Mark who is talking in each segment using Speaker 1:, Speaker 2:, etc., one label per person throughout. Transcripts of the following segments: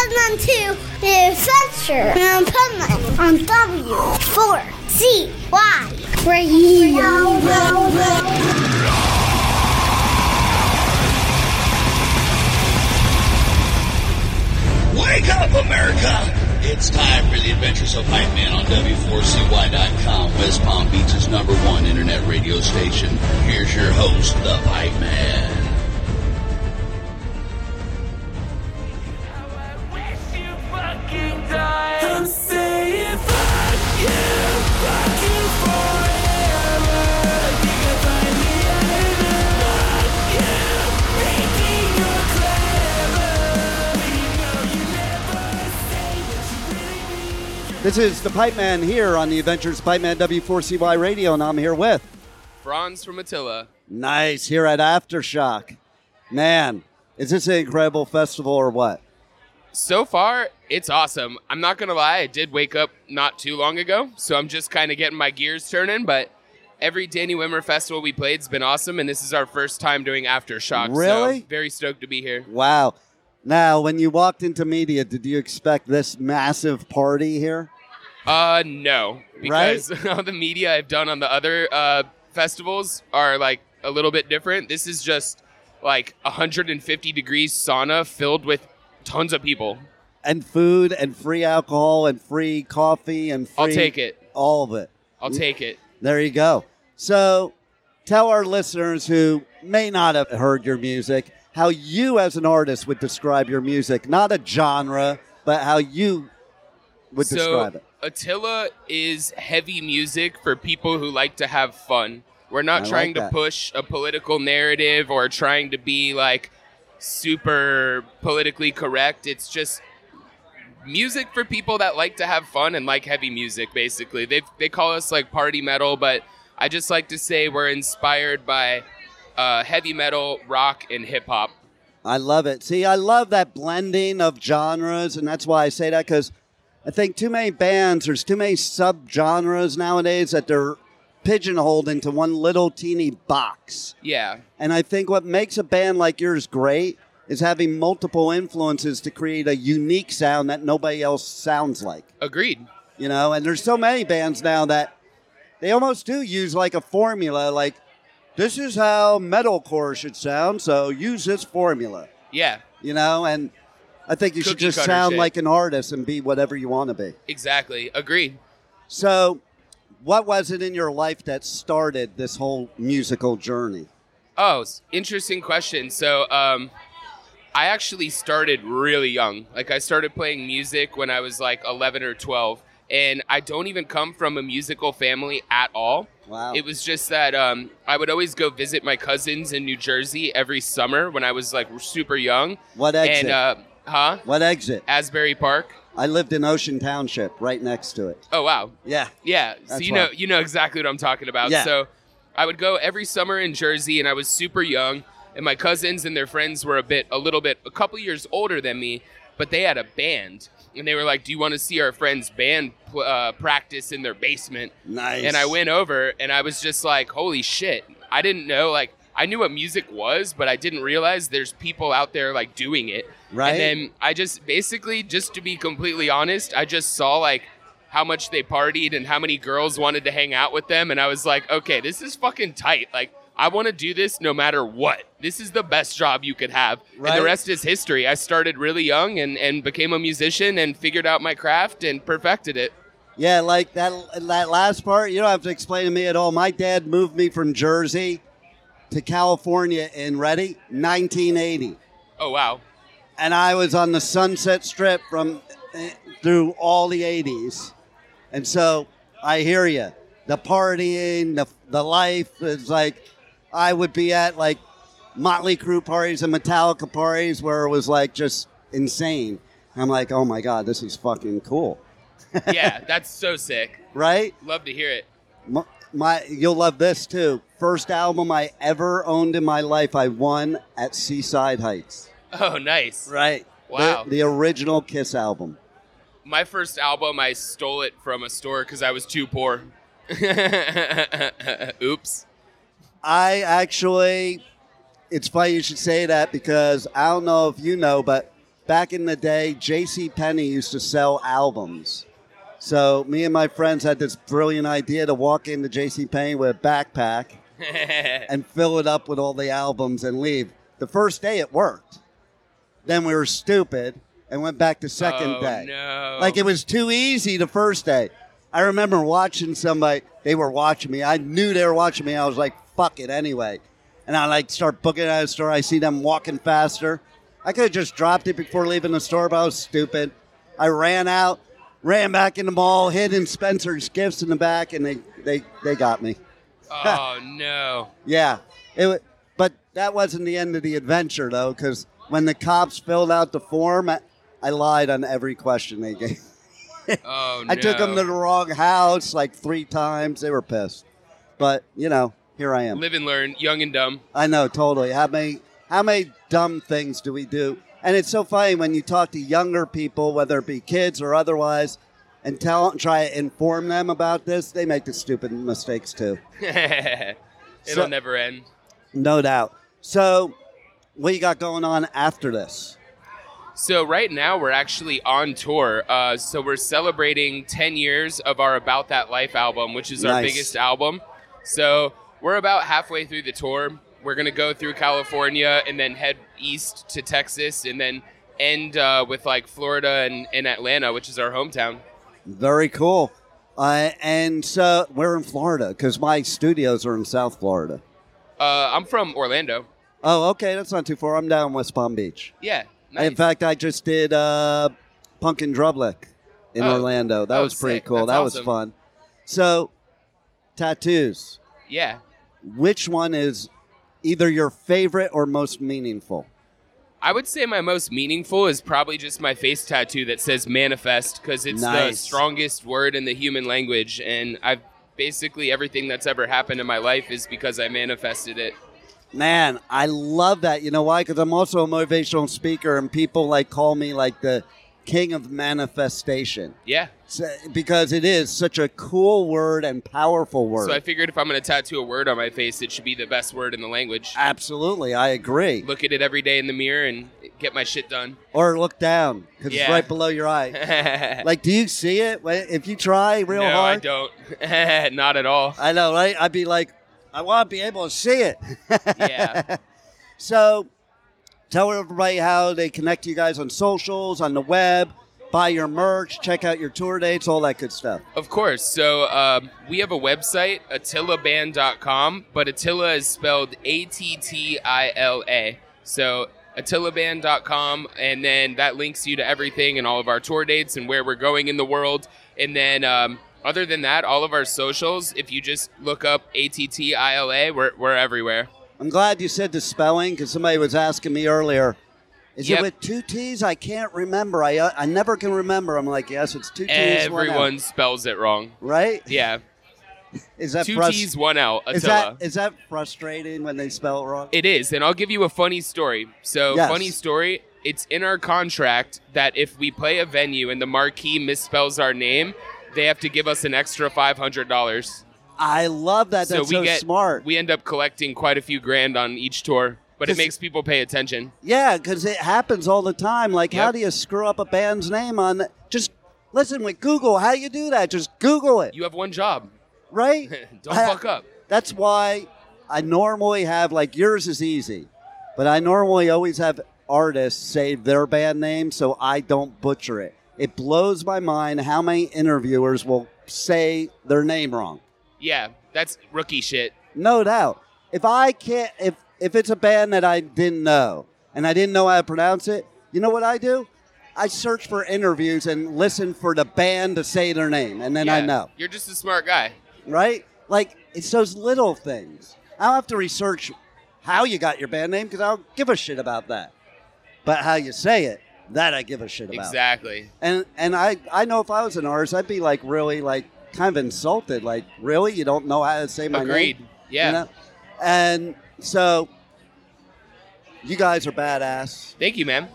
Speaker 1: to adventure and Puntland on W4CY Radio.
Speaker 2: Wake up, America! It's time for the adventures of Hype Man on W4CY.com, West Palm Beach's number one internet radio station. Here's your host, the Hype Man.
Speaker 3: I'm saying fuck you, fuck you forever. You can find me anywhere. Fuck you, thinking you're clever. We know you never say what you really mean.
Speaker 4: This is the Pipe Man here on the Adventures Pipe Man W4CY Radio, and I'm here with
Speaker 5: Bronze from Attila.
Speaker 4: Nice here at Aftershock. Man, is this an incredible festival or what?
Speaker 5: So far, it's awesome. I'm not gonna lie, I did wake up not too long ago, so I'm just kind of getting my gears turning. But every Danny Wimmer festival we played has been awesome, and this is our first time doing aftershock.
Speaker 4: Really?
Speaker 5: So very stoked to be here.
Speaker 4: Wow. Now, when you walked into media, did you expect this massive party here?
Speaker 5: Uh, no, because all the media I've done on the other uh, festivals are like a little bit different. This is just like 150 degrees sauna filled with tons of people.
Speaker 4: And food and free alcohol and free coffee and free.
Speaker 5: I'll take it.
Speaker 4: All of it.
Speaker 5: I'll take it.
Speaker 4: There you go. So tell our listeners who may not have heard your music how you, as an artist, would describe your music, not a genre, but how you would describe it.
Speaker 5: Attila is heavy music for people who like to have fun. We're not
Speaker 4: I like
Speaker 5: trying to
Speaker 4: that.
Speaker 5: push a political narrative or trying to be like super politically correct. It's just music for people that like to have fun and like heavy music basically. They they call us like party metal, but I just like to say we're inspired by uh, heavy metal, rock, and hip hop.
Speaker 4: I love it. See, I love that blending of genres, and that's why I say that because I think too many bands, there's too many subgenres nowadays that they're pigeonholed into one little teeny box.
Speaker 5: Yeah.
Speaker 4: And I think what makes a band like yours great is having multiple influences to create a unique sound that nobody else sounds like.
Speaker 5: Agreed.
Speaker 4: You know, and there's so many bands now that they almost do use like a formula, like this is how metalcore should sound, so use this formula.
Speaker 5: Yeah.
Speaker 4: You know, and I think you should
Speaker 5: Cookie
Speaker 4: just
Speaker 5: cutter
Speaker 4: sound
Speaker 5: shit.
Speaker 4: like an artist and be whatever you want to be.
Speaker 5: Exactly. Agreed.
Speaker 4: So, what was it in your life that started this whole musical journey?
Speaker 5: Oh, s- interesting question. So, um, I actually started really young. Like, I started playing music when I was like 11 or 12. And I don't even come from a musical family at all.
Speaker 4: Wow.
Speaker 5: It was just that um, I would always go visit my cousins in New Jersey every summer when I was like super young.
Speaker 4: What exit?
Speaker 5: And, uh, huh?
Speaker 4: what exit?
Speaker 5: Asbury Park.
Speaker 4: I lived in Ocean Township, right next to it.
Speaker 5: Oh, wow.
Speaker 4: Yeah.
Speaker 5: Yeah, so
Speaker 4: That's
Speaker 5: you know
Speaker 4: why.
Speaker 5: you know exactly what I'm talking about.
Speaker 4: Yeah.
Speaker 5: So I would go every summer in Jersey and I was super young and my cousins and their friends were a bit a little bit a couple years older than me, but they had a band and they were like, "Do you want to see our friends band pl- uh, practice in their basement?"
Speaker 4: Nice.
Speaker 5: And I went over and I was just like, "Holy shit." I didn't know like I knew what music was, but I didn't realize there's people out there like doing it.
Speaker 4: Right.
Speaker 5: And then I just basically, just to be completely honest, I just saw like how much they partied and how many girls wanted to hang out with them. And I was like, okay, this is fucking tight. Like, I want to do this no matter what. This is the best job you could have. And
Speaker 4: Right.
Speaker 5: the rest is history. I started really young and, and became a musician and figured out my craft and perfected it.
Speaker 4: Yeah, like that that last part, you don't have to explain to me at all. My dad moved me from Jersey to California in ready 1980,
Speaker 5: Oh, wow.
Speaker 4: and I was on the Sunset Strip from eh, through all the 80s, and so I hear you. The partying, the the life is like I would be at like Motley Crue parties and Metallica parties where it was like just insane. I'm like, oh my god, this is fucking cool,
Speaker 5: Yeah, that's so sick.
Speaker 4: right?
Speaker 5: Love to hear it.
Speaker 4: my, my you'll love this too. First album I ever owned in my life, I won at Seaside Heights.
Speaker 5: Oh, nice.
Speaker 4: Right.
Speaker 5: Wow.
Speaker 4: The, the original Kiss album.
Speaker 5: My first album, I stole it from a store because I was too poor. Oops.
Speaker 4: I actually, it's funny you should say that because I don't know if you know, but back in the day, J.C. Penney used to sell albums. So me and my friends had this brilliant idea to walk into J.C. Penney with a backpack and fill it up with all the albums and leave. The first day it worked. Then we were stupid and went back the second
Speaker 5: Oh,
Speaker 4: day.
Speaker 5: no.
Speaker 4: Like it was too easy the first day. I remember watching somebody, they were watching me. I knew they were watching me. I was like, fuck it anyway. And I like start booking out of the store. I see them walking faster. I could have just dropped it before leaving the store, but I was stupid. I ran out, ran back in the mall, hid in Spencer's gifts in the back, and they, they, they got me.
Speaker 5: oh no.
Speaker 4: Yeah, it. wa- But that wasn't the end of the adventure, though, because when the cops filled out the form, I, I lied on every question they gave.
Speaker 5: Oh no.
Speaker 4: I took them to the wrong house like three times. They were pissed. But you know, here I am.
Speaker 5: live and learn, young and dumb.
Speaker 4: I know totally. How many how many dumb things do we do? And it's so funny when you talk to younger people, whether it be kids or otherwise, and tell try to inform them about this. They make the stupid mistakes too.
Speaker 5: It'll
Speaker 4: So-
Speaker 5: never end.
Speaker 4: No doubt. So, what you got going on after this?
Speaker 5: So right now we're actually on tour. Uh, so we're celebrating 10 years of our About That Life album, which is our
Speaker 4: Nice.
Speaker 5: biggest album. So we're about halfway through the tour. We're gonna go through California and then head east to Texas and then end uh, with like Florida and, and Atlanta, which is our hometown.
Speaker 4: Very cool. Uh, and so we're in Florida because my studios are in South Florida.
Speaker 5: Uh, I'm from Orlando.
Speaker 4: Oh, okay, that's not too far. I'm down in West Palm Beach.
Speaker 5: Yeah. Nice.
Speaker 4: In fact, I just did uh, Punkin' Drublick in
Speaker 5: Oh.
Speaker 4: Orlando. That
Speaker 5: Oh,
Speaker 4: was pretty
Speaker 5: sick.
Speaker 4: cool.
Speaker 5: That's
Speaker 4: that was
Speaker 5: awesome.
Speaker 4: fun. So, tattoos.
Speaker 5: yeah.
Speaker 4: Which one is either your favorite or most meaningful?
Speaker 5: I would say my most meaningful is probably just my face tattoo that says manifest because it's the
Speaker 4: Nice.
Speaker 5: strongest word in the human language. And I've basically everything that's ever happened in my life is because I manifested it.
Speaker 4: Man, I love that. You know why? Because I'm also a motivational speaker, and people like call me like the king of manifestation
Speaker 5: Yeah.
Speaker 4: So- because it is such a cool word and powerful word.
Speaker 5: So I figured if I'm going to tattoo a word on my face, it should be the best word in the language.
Speaker 4: Absolutely, I agree.
Speaker 5: Look at it every day in the mirror and get my shit done.
Speaker 4: or look down because it's
Speaker 5: Yeah.
Speaker 4: right below your eye.
Speaker 5: like
Speaker 4: like, do you see it? Wait, If you try real
Speaker 5: no,
Speaker 4: hard,
Speaker 5: I don't. Not at all.
Speaker 4: I know, right? I'd be like, I want to be able to see it.
Speaker 5: Yeah.
Speaker 4: So, tell everybody how they connect to you guys on socials, on the web, buy your merch, check out your tour dates, all that good stuff.
Speaker 5: Of course. So um, we have a website, attilaband.com, but Attila is spelled A T T I L A. So attilaband.com, and then that links you to everything and all of our tour dates and where we're going in the world. And then, um, other than that, all of our socials, if you just look up A T T I L A, we're, we're everywhere.
Speaker 4: I'm glad you said the spelling because somebody was asking me earlier. Is
Speaker 5: Yep.
Speaker 4: it with two T's? I can't remember. I uh, I never can remember. I'm like, yes, it's two T's. one L.
Speaker 5: Everyone spells it wrong.
Speaker 4: right?
Speaker 5: Yeah.
Speaker 4: Is that
Speaker 5: Two
Speaker 4: frus-
Speaker 5: T's, one L. Attila.
Speaker 4: Is that is that frustrating when they spell it wrong?
Speaker 5: It is, and I'll give you a funny story. So,
Speaker 4: Yes.
Speaker 5: funny story. It's in our contract that if we play a venue and the marquee misspells our name, they have to give us an extra five hundred dollars.
Speaker 4: I love that. That's so, smart.
Speaker 5: We end up collecting quite a few grand on each tour, but it
Speaker 4: Just-
Speaker 5: makes people pay attention.
Speaker 4: Yeah, because it happens all the time. Like, how
Speaker 5: Yep.
Speaker 4: do you screw up a band's name on? The, just listen with Google. How do you do that? Just Google it,
Speaker 5: You have one job.
Speaker 4: right?
Speaker 5: Don't
Speaker 4: I-
Speaker 5: fuck up.
Speaker 4: That's why I normally have like yours is easy, but I normally always have artists say their band name so I don't butcher it. It blows my mind how many interviewers will say their name wrong.
Speaker 5: Yeah, that's rookie shit.
Speaker 4: No doubt. If I can't, if if it's a band that I didn't know and I didn't know how to pronounce it, you know what I do? I search for interviews and listen for the band to say their name, and then I
Speaker 5: Yeah,
Speaker 4: know,
Speaker 5: You're just a smart guy.
Speaker 4: right? Like it's those little things. I'll have to research how you got your band name because I don't give a shit about that. But how you say it, that I give a shit about.
Speaker 5: Exactly.
Speaker 4: And and I I know if I was an artist, I'd be like really like kind of insulted. Like really, you don't know how to say my name?
Speaker 5: Agreed. Yeah.
Speaker 4: You know? And so you guys are badass.
Speaker 5: Thank you, man.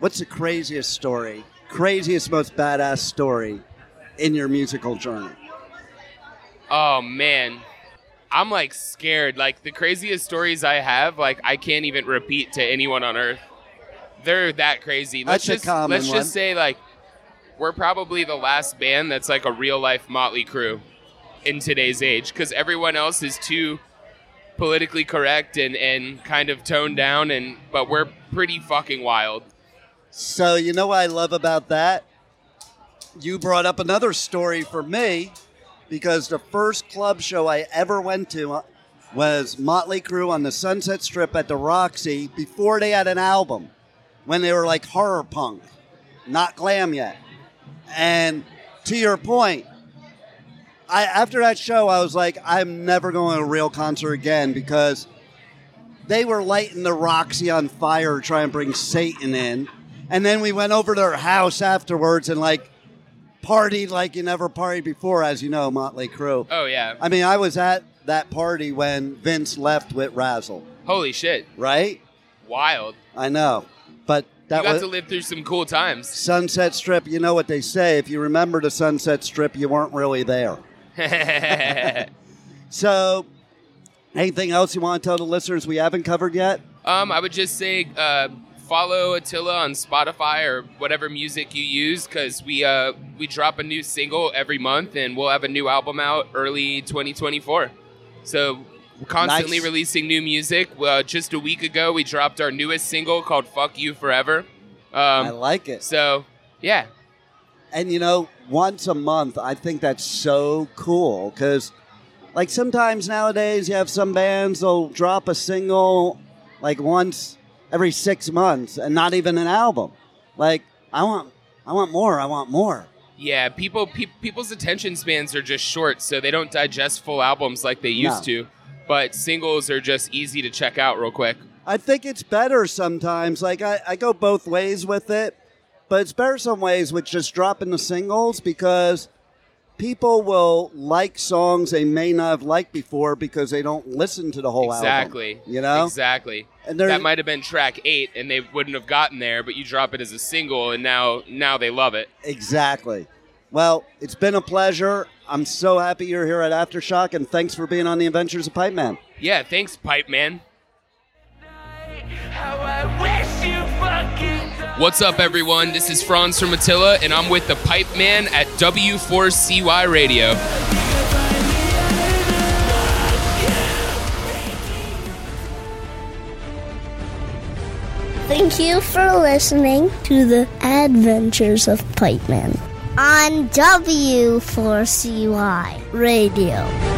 Speaker 4: What's the craziest story? Craziest, most badass story in your musical journey?
Speaker 5: Oh man. I'm like scared. Like the craziest stories I have, like I can't even repeat to anyone on earth. they're that crazy. Let's
Speaker 4: That's a
Speaker 5: just
Speaker 4: common
Speaker 5: let's
Speaker 4: one.
Speaker 5: just say like we're probably the last band that's like a real life Motley Crew in today's age because everyone else is too politically correct and and kind of toned down and but we're pretty fucking wild.
Speaker 4: So you know what I love about that? You brought up another story for me because the first club show I ever went to uh, was Motley Crue on the Sunset Strip at the Roxy before they had an album when they were like horror punk, not glam yet. And to your point, I after that show I was like I'm never going to a real concert again because they were lighting the Roxy on fire, trying to bring Satan in. And then we went over to her house afterwards and like partied like you never partied before, as you know, Motley Crue.
Speaker 5: Oh yeah.
Speaker 4: I mean, I was at that party when Vince left with Razzle,
Speaker 5: Holy shit.
Speaker 4: right?
Speaker 5: Wild.
Speaker 4: I know, but
Speaker 5: You
Speaker 4: that
Speaker 5: got
Speaker 4: was
Speaker 5: to live through some cool times.
Speaker 4: Sunset Strip. You know what they say: if you remember the Sunset Strip, you weren't really there.
Speaker 5: um,
Speaker 4: So, anything else you want to tell the listeners we haven't covered yet?
Speaker 5: Um, I would just say uh, follow Attila on Spotify or whatever music you use because we uh, we drop a new single every month and we'll have a new album out early 2024. So we're constantly
Speaker 4: Nice.
Speaker 5: releasing new music. Uh, just a week ago, we dropped our newest single called "Fuck You Forever." Um,
Speaker 4: I like it.
Speaker 5: so yeah,
Speaker 4: And you know, once a month, I think that's so cool because, like, sometimes nowadays you have some bands will drop a single like once every six months and not even an album. Like, I want, I want more. I want more.
Speaker 5: Yeah, people pe- people's attention spans are just short, so they don't digest full albums like they used to. But singles are just easy to check out real quick.
Speaker 4: I think it's better sometimes. Like, I, I go both ways with it, but it's better some ways with just dropping the singles because people will like songs they may not have liked before because they don't listen to the whole
Speaker 5: exactly.
Speaker 4: album. You know.
Speaker 5: Exactly.
Speaker 4: And there's-
Speaker 5: that might have been track eight, and they wouldn't have gotten there. But you drop it as a single, and now now they love it.
Speaker 4: Exactly. Well, it's been a pleasure. I'm so happy you're here at Aftershock, and thanks for being on the Adventures of Pipe Man.
Speaker 5: Yeah. Thanks, Pipe Man.
Speaker 3: How I wish you fucking died.
Speaker 5: What's up, everyone? This is Franz from Attila, and I'm with the Pipe Man at W4CY Radio.
Speaker 1: Thank you for listening to the Adventures of Pipe Man on W4CY Radio.